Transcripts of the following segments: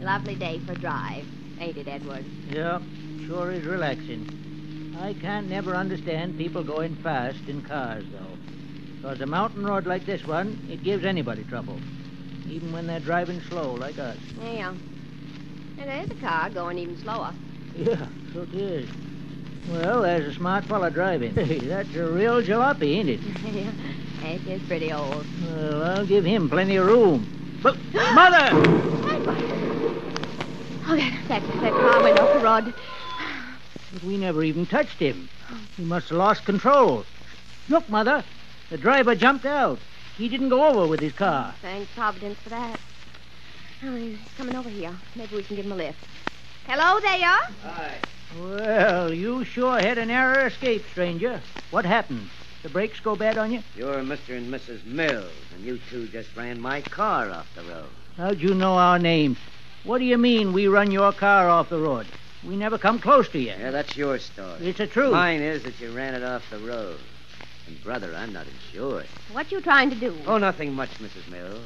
Lovely day for a drive, ain't it, Edward? Yep, sure is relaxing. I can't never understand people going fast in cars, though. Because a mountain road like this one, it gives anybody trouble. Even when they're driving slow like us. Yeah. And there's a car going even slower. Yeah, so it is. Well, there's a smart fella driving. Hey, that's a real jalopy, ain't it? yeah. It is pretty old. Well, I'll give him plenty of room. But, Mother! Oh, that, that, that car went off the road. We never even touched him. He must have lost control. Look, Mother. The driver jumped out. He didn't go over with his car. Thank Providence for that. Oh, he's coming over here. Maybe we can give him a lift. Hello there. Well, you sure had an error escape, stranger. What happened? The brakes go bad on you? You're Mr. and Mrs. Mills, and you two just ran my car off the road. How'd you know our names? What do you mean we run your car off the road? We never come close to you. Yeah, that's your story. It's the truth. Mine is that you ran it off the road. And, brother, I'm not insured. What you trying to do? Oh, nothing much, Mrs. Mills.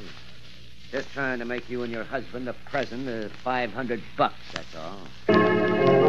Just trying to make you and your husband a present of 500 bucks, that's all.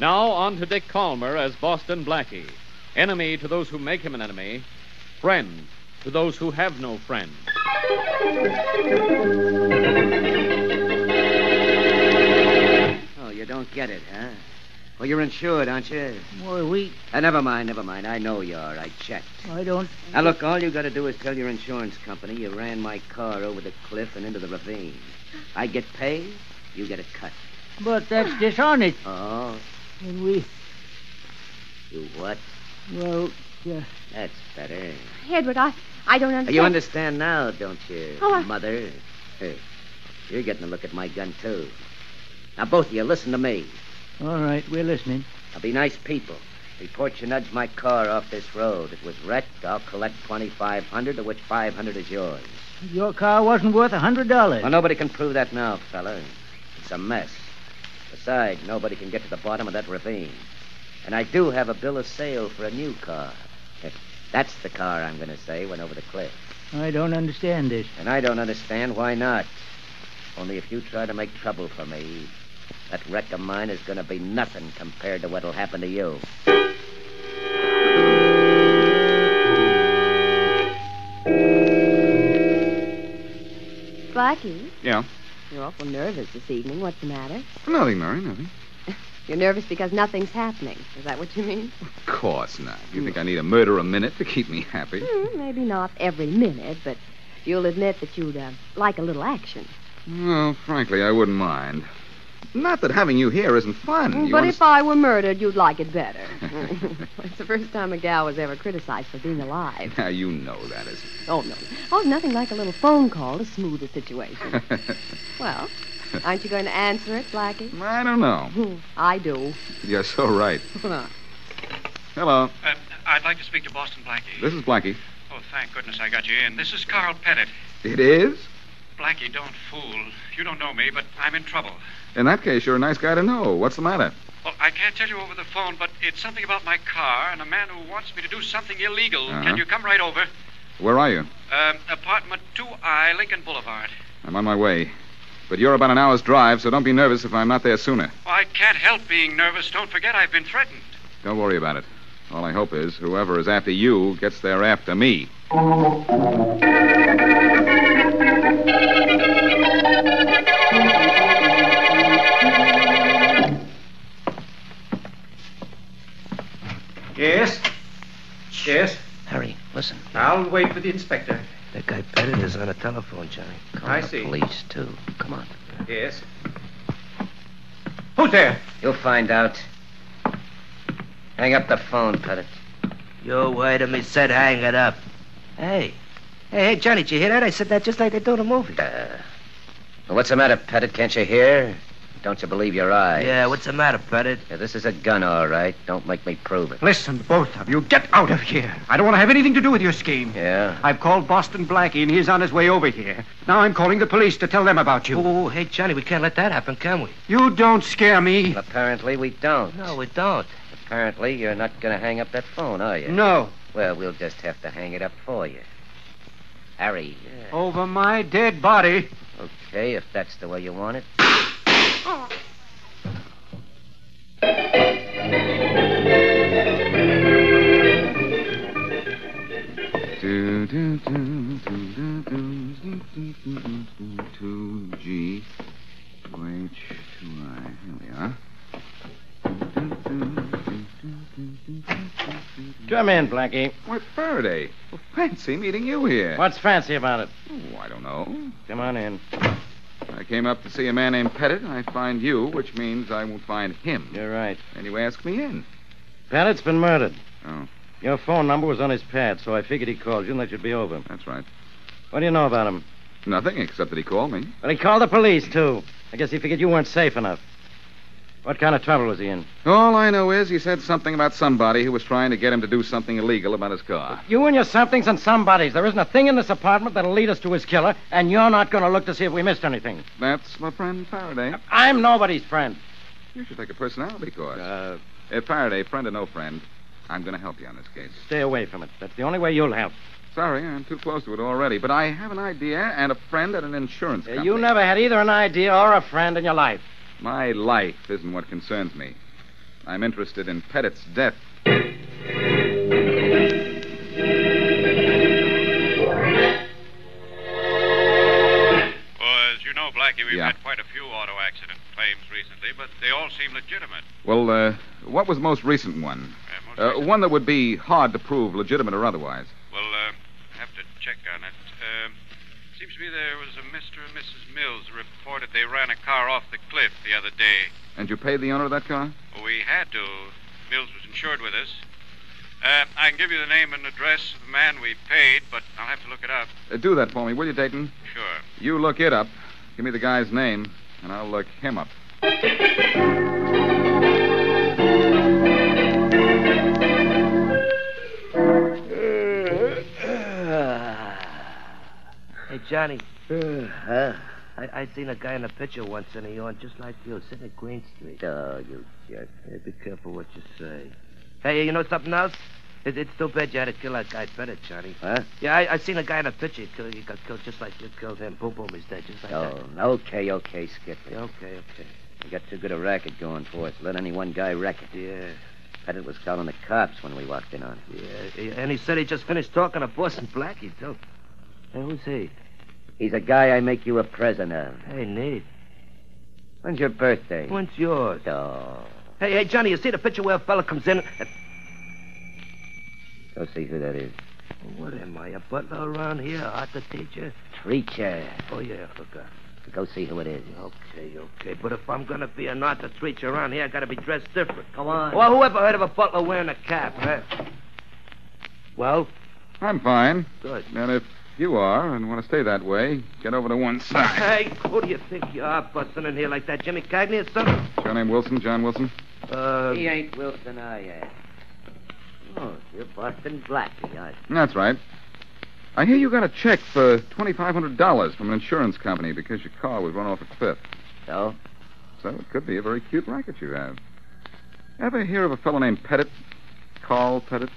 Now on to Dick Calmer as Boston Blackie. Enemy to those who make him an enemy, friend to those who have no friend. Oh, you don't get it, huh? Well, you're insured, aren't you? Well, we. Uh, never mind, never mind. I know you are. I checked. I don't. Now, look, all you got to do is tell your insurance company you ran my car over the cliff and into the ravine. I get paid, you get a cut. But that's dishonest. Oh, And we. you what? Well, yeah. That's better. Edward, I, I don't understand. You understand now, don't you, Oh, I- Mother? Hey, you're getting a look at my gun, too. Now, both of you, listen to me. All right, we're listening. Now, be nice people. Report you nudged my car off this road. It was wrecked. I'll collect 2500 of which 500 is yours. Your car wasn't worth a hundred dollars. Well, nobody can prove that now, fella. It's a mess. Besides, nobody can get to the bottom of that ravine. And I do have a bill of sale for a new car. That's the car I'm going to say went over the cliff. I don't understand this. And I don't understand why not. Only if you try to make trouble for me, that wreck of mine is going to be nothing compared to what'll happen to you. Blackie, Yeah. you're awful nervous this evening. What's the matter? Nothing, Mary, nothing. You're nervous because nothing's happening. Is that what you mean? Of course not. You think I need a murder a minute to keep me happy? Hmm, maybe not every minute, but you'll admit that you'd uh, like a little action. Well, frankly, I wouldn't mind. Not that having you here isn't fun. You but if understand- I were murdered, you'd like it better. it's the first time a gal was ever criticized for being alive. Now, you know that isn't. Oh, no. Oh, nothing like a little phone call to smooth the situation. well, aren't you going to answer it, Blackie? I don't know. I do. You're so right. Hello. Uh, I'd like to speak to Boston Blackie. This is Blackie. Oh, thank goodness I got you in. This is Carl Pettit. It is? Blackie, don't fool. You don't know me, but I'm in trouble. In that case, you're a nice guy to know. What's the matter? Well, I can't tell you over the phone, but it's something about my car and a man who wants me to do something illegal. Uh-huh. Can you come right over? Where are you? Um, apartment 2I, Lincoln Boulevard. I'm on my way. But you're about an hour's drive, so don't be nervous if I'm not there sooner. Oh, I can't help being nervous. Don't forget I've been threatened. Don't worry about it. All I hope is whoever is after you gets there after me. Yes? Yes? Hurry, listen. I'll wait for the inspector. That guy Pettit is on a telephone, Johnny. Call I the see. police, too. Come on. Yes? Who's there? You'll find out. Hang up the phone, Pettit. You wait a minute. Said hang it up. Hey, Hey, hey, Johnny, did you hear that? I said that just like they do in the movie. Uh, what's the matter, Pettit? Can't you hear? Don't you believe your eyes? Yeah, what's the matter, Pettit? Yeah, this is a gun, all right. Don't make me prove it. Listen, both of you, get out of here. I don't want to have anything to do with your scheme. Yeah? I've called Boston Blackie, and he's on his way over here. Now I'm calling the police to tell them about you. Oh, oh, hey, Johnny, we can't let that happen, can we? You don't scare me. Apparently we don't. No, we don't. Apparently you're not going to hang up that phone, are you? No. Well, we'll just have to hang it up for you. Harry. Oh. Over my dead body. Okay, if that's the way you want it. Do, do, do, do, do, do, do, do, do, do, do, Two G, two H, two I. Here we are. Come in, Blackie. Why, Faraday. Well, fancy meeting you here. What's fancy about it? Oh, I don't know. Come on in. I came up to see a man named Pettit, and I find you, which means I won't find him. You're right. And you ask me in. Pettit's been murdered. Oh, Your phone number was on his pad, so I figured he called you, and that should be over. that's right. What do you know about him? Nothing except that he called me. Well, he called the police, too. I guess he figured you weren't safe enough. What kind of trouble was he in? All I know is he said something about somebody who was trying to get him to do something illegal about his car. You and your somethings and somebodies. There isn't a thing in this apartment that'll lead us to his killer, and you're not going to look to see if we missed anything. That's my friend Faraday. I'm nobody's friend. You should take a personality course. Uh, Faraday, friend or no friend, I'm going to help you on this case. Stay away from it. That's the only way you'll help. Sorry, I'm too close to it already, but I have an idea and a friend at an insurance Uh, company. you never had either an idea or a friend in your life. My life isn't what concerns me. I'm interested in Pettit's death. Well, as you know, Blackie, we've Yeah. had quite a few auto accident claims recently, but they all seem legitimate. Well, uh, what was the most recent one? Uh, most Uh, recent- one that would be hard to prove, legitimate or otherwise. Well, uh, have to check on it. Um, seems to me there was a Mr. and Mrs. Mills who reported they ran a car off the cliff the other day. And you paid the owner of that car? We had to. Mills was insured with us. Uh, I can give you the name and address of the man we paid, but I'll have to look it up. Uh, do that for me, will you, Dayton? Sure. You look it up. Give me the guy's name, and I'll look him up. Hey, Johnny. I, I seen a guy in a picture once, and he on just like you, sitting at Green Street. Oh, you jerk. Hey, be careful what you say. Hey, you know something else? It, it's too bad you had to kill that guy Pettit, Johnny. Huh? Yeah, I, I seen a guy in a picture. He, killed, he got killed just like you killed him. Boom, boom, he's dead, just like Oh, that. okay, okay, Skip. Yeah, okay, okay. We got too good a racket going for us. Let any one guy wreck it. Yeah, Pettit was calling the cops when we walked in on him. yeah. He- And he said he just finished talking to Boston Blackie, too. Hey, who's he? He's a guy I make you a present of. Hey, Nate. When's your birthday? When's yours? Oh, Hey, hey, Johnny, you see the picture where a fella comes in? and- go see who that is. What am I, a butler around here? Art the teacher? Treacher. Oh, yeah, I forgot. Go see who it is. Okay, okay. But if I'm going to be an art the teacher around here, I got to be dressed different. Come on. Well, whoever heard of a butler wearing a cap, huh? Well, I'm fine. good. And if you are and want to stay that way, get over to one side. Hey, who do you think you are busting in here like that? Jimmy Cagney or something? Is Your name Wilson, John Wilson? Uh, He ain't Wilson, I am. Oh, you're Boston Blackie, aren't That's right. I hear you got a check for $2,500 from an insurance company because your car was run off a cliff. you? So? So it could be a very cute racket you have. Ever hear of a fellow named Pettit? Carl Pettit?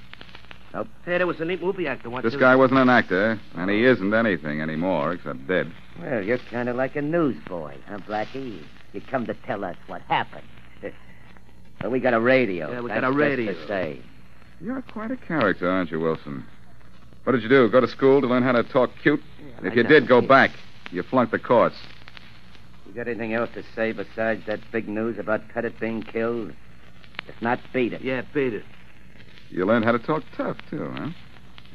hey, there was a neat movie actor once. This who- guy wasn't an actor, and he isn't anything anymore except dead. Well, you're kind of like a newsboy, huh, Blackie? You come to tell us what happened. well, we got a radio. Yeah, we That's got a just radio. the same. You're quite a character, aren't you, Wilson? What did you do? Go to school to learn how to talk cute? if you did, go back. You flunked the course. You got anything else to say besides that big news about Pettit being killed? If not, beat it. Yeah, Peter. You learned how to talk tough, too, huh?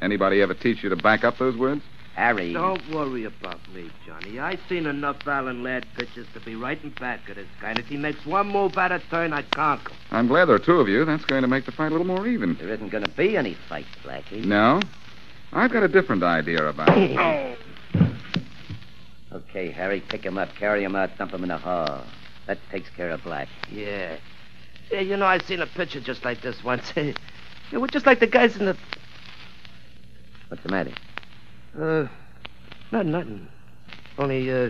Anybody ever teach you to back up those words? Harry. Don't worry about me, Johnny. I seen enough Alan Ladd pictures to be right in back of this guy. And if he makes one move out of turn, I conk him. I'm glad there are two of you. That's going to make the fight a little more even. There isn't going to be any fight, Blackie. No? I've got a different idea about it. Okay, Harry, pick him up, carry him out, dump him in the hall. That takes care of Black. Yeah. Yeah, you know, I've seen a picture just like this once. it was just like the guys in the. What's the matter? Uh, not nothing. Only, uh,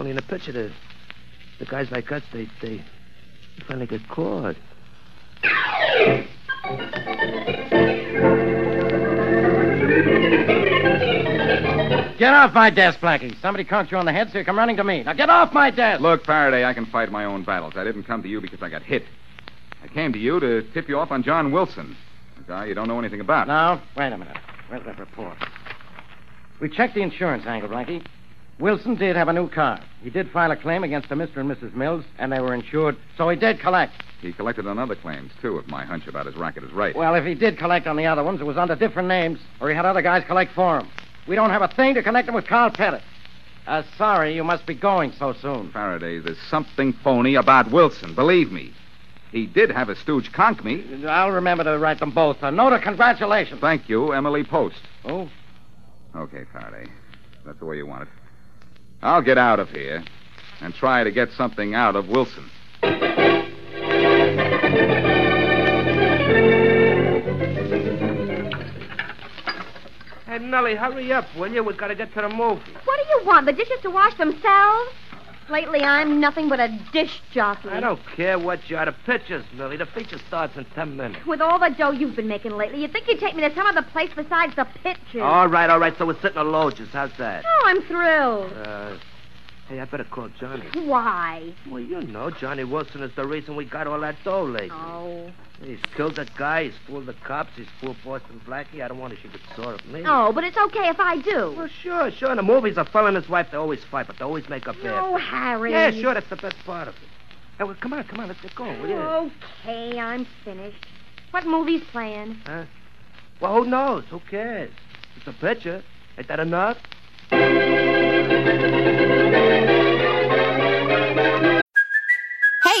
only in the picture, the, the guys like us, they, they finally get caught. Get off my desk, Blackie. Somebody conked you on the head, so you come running to me. Now get off my desk. Look, Faraday, I can fight my own battles. I didn't come to you because I got hit. I came to you to tip you off on John Wilson, a guy you don't know anything about. Now, wait a minute. Where's that report? We checked the insurance angle, Blackie. Wilson did have a new car. He did file a claim against a Mr. and Mrs. Mills, and they were insured, so he did collect. He collected on other claims, too, if my hunch about his racket is right. Well, if he did collect on the other ones, it was under different names, or he had other guys collect for him. We don't have a thing to connect him with Carl Pettit. Uh, sorry, you must be going so soon. Faraday, there's something phony about Wilson, believe me. He did have a stooge conk me. I'll remember to write them both a note of congratulations. Thank you, Emily Post. Oh? Okay, Faraday. That's the way you want it. I'll get out of here and try to get something out of Wilson. Hey, Nellie, hurry up, will you? We've got to get to the movie. What do you want? The dishes to wash themselves? Lately, I'm nothing but a dish jockey. I don't care what you are. The pictures, Millie. The feature starts in ten minutes. With all the dough you've been making lately, you'd think you'd take me to some other place besides the pictures. All right, all right. So we're sitting alone. Just how's that? Oh, I'm thrilled. Uh, hey, I better call Johnny. Why? Well, you know, Johnny Wilson is the reason we got all that dough lately. Oh. He's killed that guy. He's fooled the cops. He's fooled Boston Blackie. I don't want to she get sore at me. Oh, but it's okay if I do. Well, sure, sure. In the movies, a fella and his wife, they always fight, but they always make up after. Oh, Harry. Yeah, sure. That's the best part of it. Hey, well, come on, come on. Let's get going, will you? Okay, I'm finished. What movie's playing? Huh? Well, who knows? Who cares? It's a picture. Ain't that enough? Hey,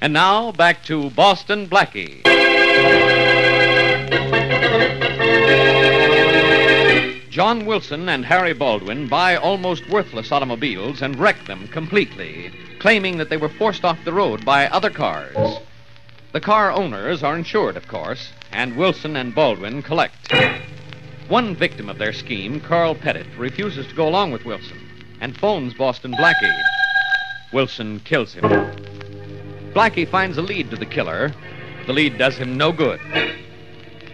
And now back to Boston Blackie. John Wilson and Harry Baldwin buy almost worthless automobiles and wreck them completely, claiming that they were forced off the road by other cars. The car owners are insured, of course, and Wilson and Baldwin collect. One victim of their scheme, Carl Pettit, refuses to go along with Wilson and phones Boston Blackie. Wilson kills him. Blackie finds a lead to the killer. The lead does him no good.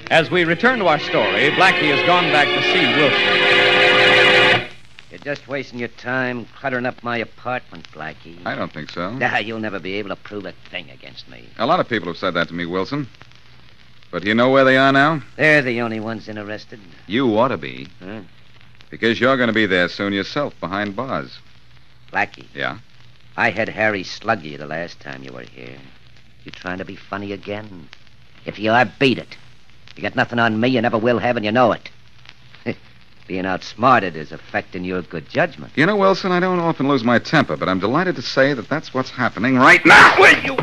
As we return to our story, Blackie has gone back to see Wilson. You're just wasting your time cluttering up my apartment, Blackie. I don't think so. Nah, you'll never be able to prove a thing against me. A lot of people have said that to me, Wilson. But you know where they are now? They're the only ones interested. You ought to be. Huh? Because you're going to be there soon yourself, behind bars. Blackie. Yeah? I had Harry slug you the last time you were here. You trying to be funny again? If you are, beat it. You got nothing on me, you never will have, and you know it. Being outsmarted is affecting your good judgment. You know, Wilson, I don't often lose my temper, but I'm delighted to say that that's what's happening right now. Will you?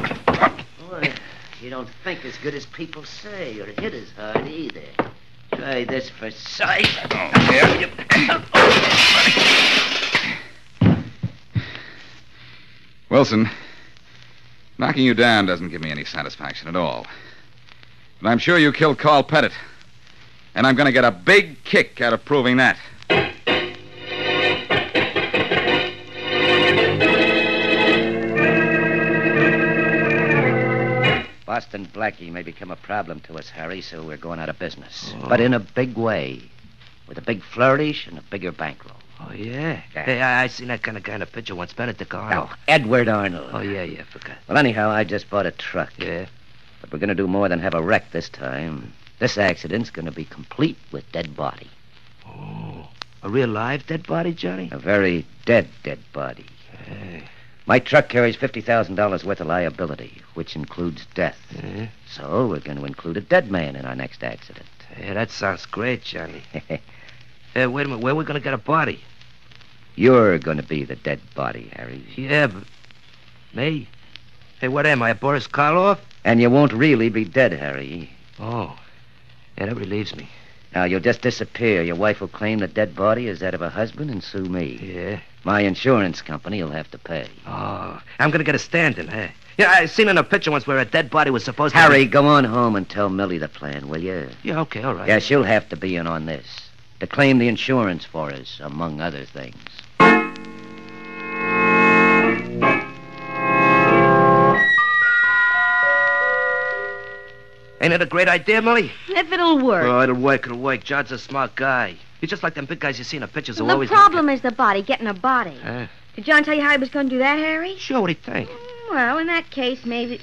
You don't think as good as people say, or hit as hard either. Try this for size. Wilson, knocking you down doesn't give me any satisfaction at all. But I'm sure you killed Carl Pettit. And I'm going to get a big kick out of proving that. Boston Blackie may become a problem to us, Harry, so we're going out of business. Oh. But in a big way. With a big flourish and a bigger bankroll. Oh, yeah. Hey, I, I seen that kind of kind of picture once. Benedict Arnold. Edward Arnold. Oh, yeah, yeah, forgot. Well, anyhow, I just bought a truck. Yeah. But we're going to do more than have a wreck this time. This accident's going to be complete with dead body. Oh. A real live dead body, Johnny? A very dead, dead body. My truck carries $50,000 worth of liability, which includes death. Eh? So we're going to include a dead man in our next accident. Eh, Yeah, Eh, that sounds great, Johnny. hey, wait a minute. Where we going to get a body? You're going to be the dead body, Harry. Yeah, but... Me? Hey, what am I, a Boris Karloff? And you won't really be dead, Harry. Oh. Yeah, that relieves me. Now, you'll just disappear. Your wife will claim the dead body is that of her husband and sue me. Yeah? My insurance company will have to pay. Oh, I'm going to get a stand-in, hey? Yeah, I seen in a picture once where a dead body was supposed Harry, to... go on home and tell Millie the plan, will you? Yeah, okay, all right. Yeah, she'll have to be in on this. To claim the insurance for us, among other things. Ain't it a great idea, Millie? If it'll work. Oh, it'll work, it'll work. John's a smart guy. He's just like them big guys you see in the pictures who the always... Ah. problem is the body, getting a body. Huh? Did John tell you how he was going to do that, Harry? sure, what do you think? Well, in that case, maybe.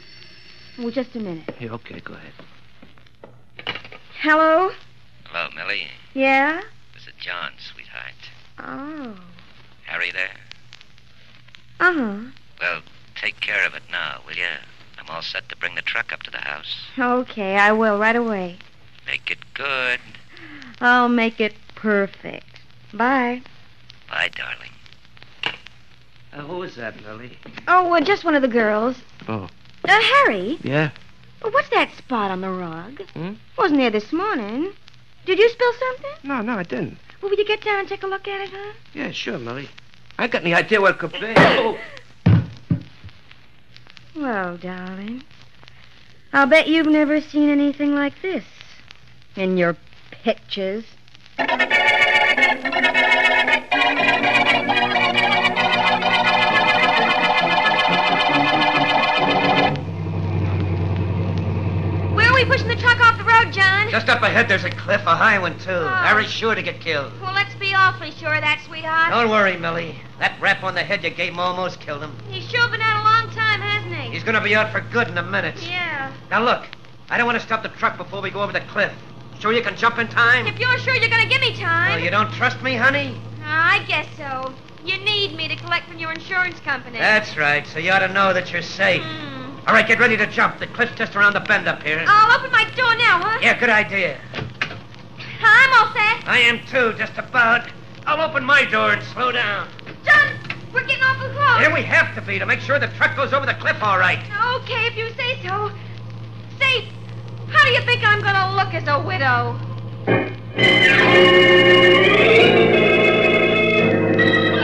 Well, just a minute. Yeah, okay, go ahead. Hello? Hello, Millie. Yeah? This is John, sweetheart. Oh. Harry there? Uh huh. Well, take care of it now, will you? I'm all set to bring the truck up to the house. Okay, I will right away. Make it good. I'll make it perfect. Bye. Bye, darling. Uh, who is that, Millie? Oh, well, just one of the girls. Oh. Uh, Harry, Yeah? what's that spot on the rug? Hmm? Wasn't there this morning. Did you spill something? No, no, I didn't. Well, will you get down and take a look at it, huh? Yeah, sure, Millie. I got any idea what it could be. Oh, Well, darling, I'll bet you've never seen anything like this in your pictures. Where are we pushing the truck off the road, John? Just up ahead, there's a cliff, a high one, too. Harry's sure to get killed. Well, let's be awfully sure of that, sweetheart. Don't worry, Millie. That rap on the head you gave him almost killed him. He's sure been out a long time, hasn't he? He's going to be out for good in a minute. Yeah. Now, look, I don't want to stop the truck before we go over the cliff. Sure you can jump in time? If you're sure you're going to give me Oh, time. you don't trust me, honey? Ah, I guess so. You need me to collect from your insurance company. Hmm. That's right, so you ought to know that you're safe. All right, get ready to jump. The cliff's just around the bend up Oh. here. I'll open my door now, huh? Yeah, good idea. I'm all set. I am too, just about. I'll open my door and slow down. John, we're getting awful Oh. close. Here we have to be to make sure the truck goes over the cliff all right. Okay, if you say so. Safe. How do you think I'm going to look as a widow?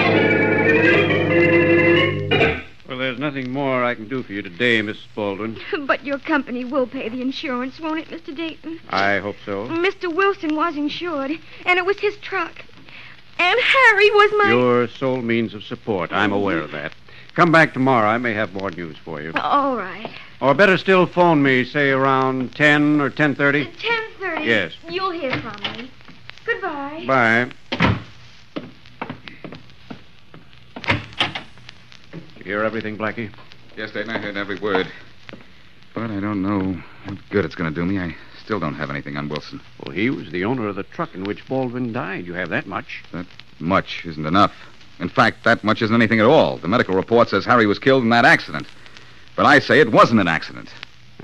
Well, there's nothing more I can do for you today, Mrs. Baldwin. But your company will pay the insurance, won't it, Mr. Dayton? I hope so. Mr. Wilson was insured, and it was his truck. And Harry was my. Your sole means of support. I'm aware of that. Come back tomorrow. I may have more news for you. All right. Or better still, phone me, say around 10 or 10.30. 10.30. Yes. You'll hear from me. Goodbye. Bye. You hear everything, Blackie? Yes, Dayton, I heard every word. But I don't know what good it's going to do me. I still don't have anything on Wilson. Well, he was the owner of the truck in which Baldwin died. You have that much. That much isn't enough. In fact, that much isn't anything at all. The medical report says Harry was killed in that accident. But I say it wasn't an accident.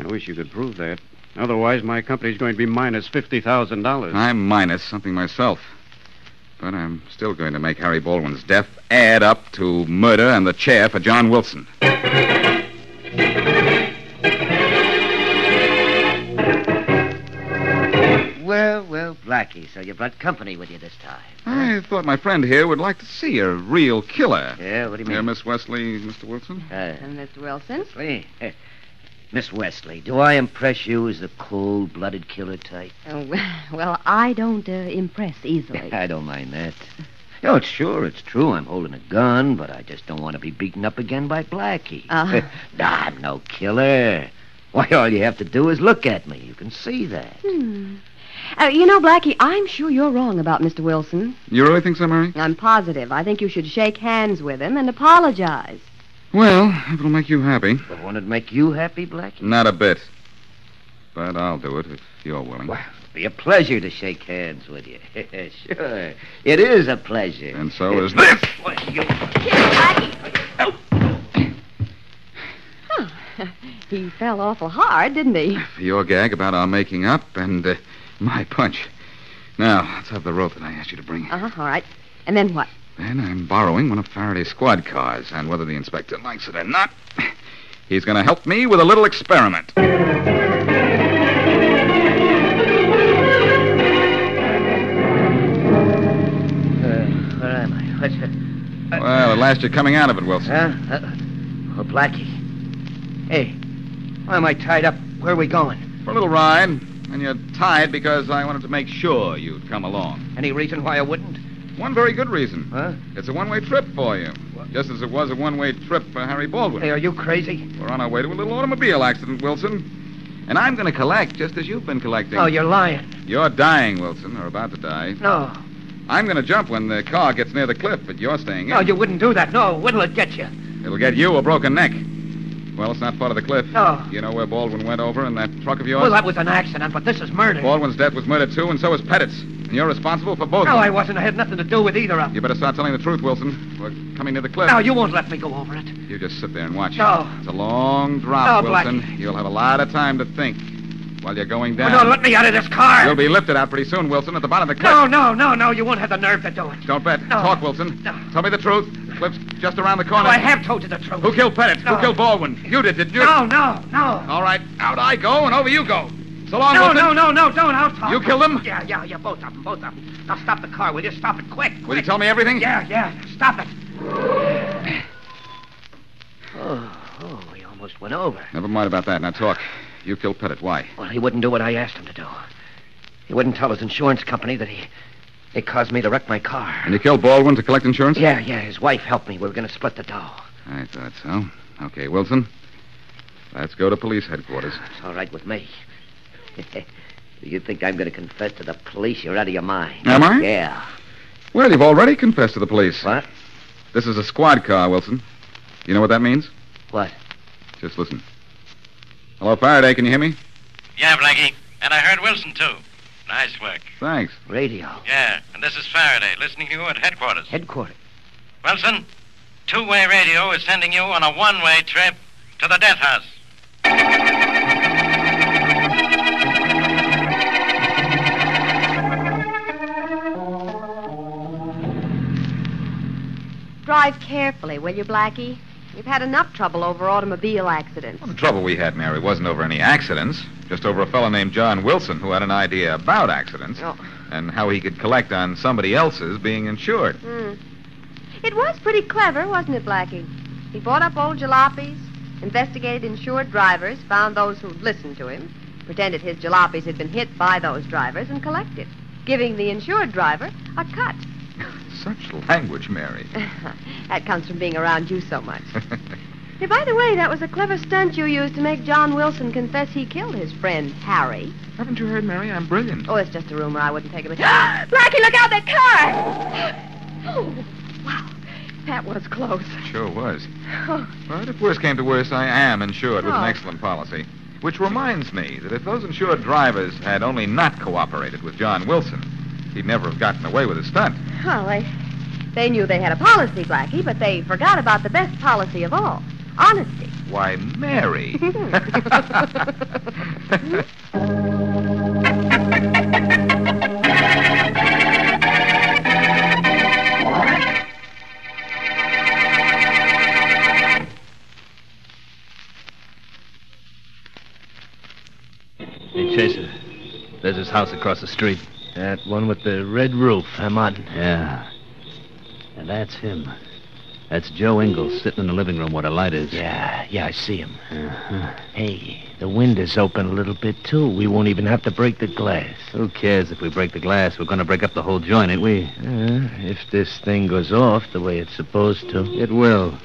I wish you could prove that. Otherwise, my company's going to be minus $50,000. I'm minus something myself. But I'm still going to make Harry Baldwin's death add up to murder and the chair for John Wilson. Well, well, Blackie, so you brought company with you this time. I thought my friend here would like to see a real killer. Yeah, what do you Yeah, mean? Miss Wesley, Mr. Wilson? Uh, And Mr. Wilson? Lee, Miss Wesley, do I impress you as the cold blooded killer type? Oh, well, I don't uh, impress easily. I don't mind that. Oh, it's sure, it's true. I'm holding a gun, but I just don't want to be beaten up again by Blackie. Uh. nah, I'm no killer. Why, all you have to do is look at me. You can see that. Hmm. Uh, you know, Blackie, I'm sure you're wrong about Mr. Wilson. You really think so, Mary? I'm positive. I think you should shake hands with him and apologize. Well, if it'll make you happy. But won't it make you happy, Blackie? Not a bit. But I'll do it if you're willing. Well, It'd be a pleasure to shake hands with you. sure. It is a pleasure. Uh, And so is this. He fell awful hard, didn't he? Your gag about our making up and uh, my punch. Now, let's have the rope that I asked you to bring. Uh-huh, all right. And then what? Then I'm borrowing one of Faraday's squad cars, and whether the inspector likes it or not, he's going to help me with a little experiment. Uh, where am I? What's uh, Well, at last you're coming out of it, Wilson. huh? Uh, oh, Blackie. Hey, why am I tied up? Where are we going? For a little ride, and you're tired because I wanted to make sure you'd come along. Any reason why I wouldn't? One very good reason. Huh? It's a one-way trip for you, just as it was a one-way trip for Harry Baldwin. Hey, are you crazy? We're on our way to a little automobile accident, Wilson. And I'm going to collect just as you've been collecting. No, Oh, you're lying. You're dying, Wilson, or about to die. No. I'm going to jump when the car gets near the cliff, but you're staying in. No, you wouldn't do that. No, what'll it get you? It'll get you a broken neck. Well, it's not part of the cliff. No. You know where Baldwin went over in that truck of yours? Oh. Well, that was an accident, but this is murder. Baldwin's death was murder, too, and so was Pettit's. And you're responsible for both. no, of I them. wasn't. I had nothing to do with either of them. You better start telling the truth, Wilson. We're coming near the cliff. No, you won't let me go over it. You just sit there and watch. No. Oh, It's a long drop, No, Wilson. You'll have a lot of time to think while you're going down. no, let me out of this car. You'll be lifted out pretty soon, Wilson, at the bottom of the cliff. No, no, no, no. You won't have the nerve to do it. Don't bet. Talk, Wilson. No. Tell me the truth. The cliff's just around the corner. No, I have told you the truth. Who killed Pettit? No. Who killed Baldwin? You did, didn't you? No, no, no. All right, out I go and over you go. So long, no, Wilson. no, no, no, don't. I'll talk. You killed him? Yeah, yeah, yeah. Both of them, both of them. Now stop the car, will you? Stop it quick. Will you tell me everything? Yeah, yeah. Stop it. Oh, oh, we almost went over. Never mind about that. Now talk. You killed Pettit. Why? Well, he wouldn't do what I asked him to do. He wouldn't tell his insurance company that he he caused me to wreck my car. And you killed Baldwin to collect insurance? Yeah, yeah. His wife helped me. We were going to split the dough. I thought so. Okay, Wilson. Let's go to police headquarters. It's all right with me. you think I'm going to confess to the police? You're out of your mind. Am I? Yeah. Well, you've already confessed to the police. What? This is a squad car, Wilson. You know what that means? What? Just listen. Hello, Faraday. Can you hear me? Yeah, Blackie. And I heard Wilson, too. Nice work. Thanks. Radio. Yeah, and this is Faraday, listening to you at headquarters. Headquarters? Wilson, two way radio is sending you on a one way trip to the death house. Drive carefully, will you, Blackie? You've had enough trouble over automobile accidents. The trouble we had, Mary, wasn't over any accidents, just over a fellow named John Wilson who had an idea about accidents and how he could collect on somebody else's being insured. Hmm. It was pretty clever, wasn't it, Blackie? He bought up old jalopies, investigated insured drivers, found those who'd listened to him, pretended his jalopies had been hit by those drivers, and collected, giving the insured driver a cut. Such language, Mary. that comes from being around you so much. Hey, by the way, that was a clever stunt you used to make John Wilson confess he killed his friend, Harry. Haven't you heard, Mary? I'm brilliant. Oh, it's just a rumor. I wouldn't take it. Blackie, look out, that car! Oh, wow. That was close. Sure was. Oh, But if worse came to worse, I am insured with Oh. an excellent policy. Which reminds me that if those insured drivers had only not cooperated with John Wilson, he'd never have gotten away with his stunt. well, they, they knew they had a policy, Blackie, but they forgot about the best policy of all honesty. Why, Mary. Hey, Chaser, there's his house across the street. That one with the red roof. I'm on. Yeah. And that's him. That's Joe Ingalls sitting in the living room where the light is. Yeah, yeah, I see him. Uh-huh. Hey, the window's open a little bit, too. We won't even have to break the glass. Who cares if we break the glass? We're going to break up the whole joint, ain't we? Uh, if this thing goes off the way it's supposed to. It will.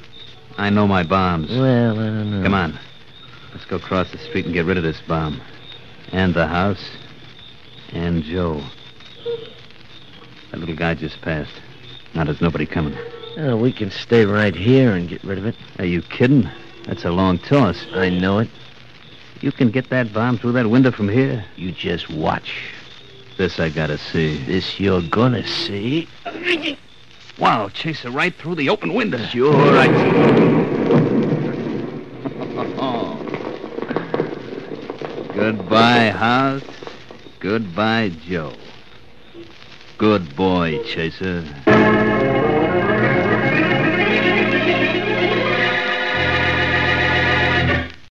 I know my bombs. Well, I don't know. Come on. Let's go across the street and get rid of this bomb. And the house. And Joe. That little guy just passed. Now there's nobody coming. Uh, we can stay right here and get rid of it. Are you kidding? That's a long toss. I know it. You can get that bomb through that window from here. You just watch. This I gotta see. This you're gonna see. Wow, chase her right through the open window. Sure, I. Goodbye, house. Goodbye, Joe. Good boy, Chaser.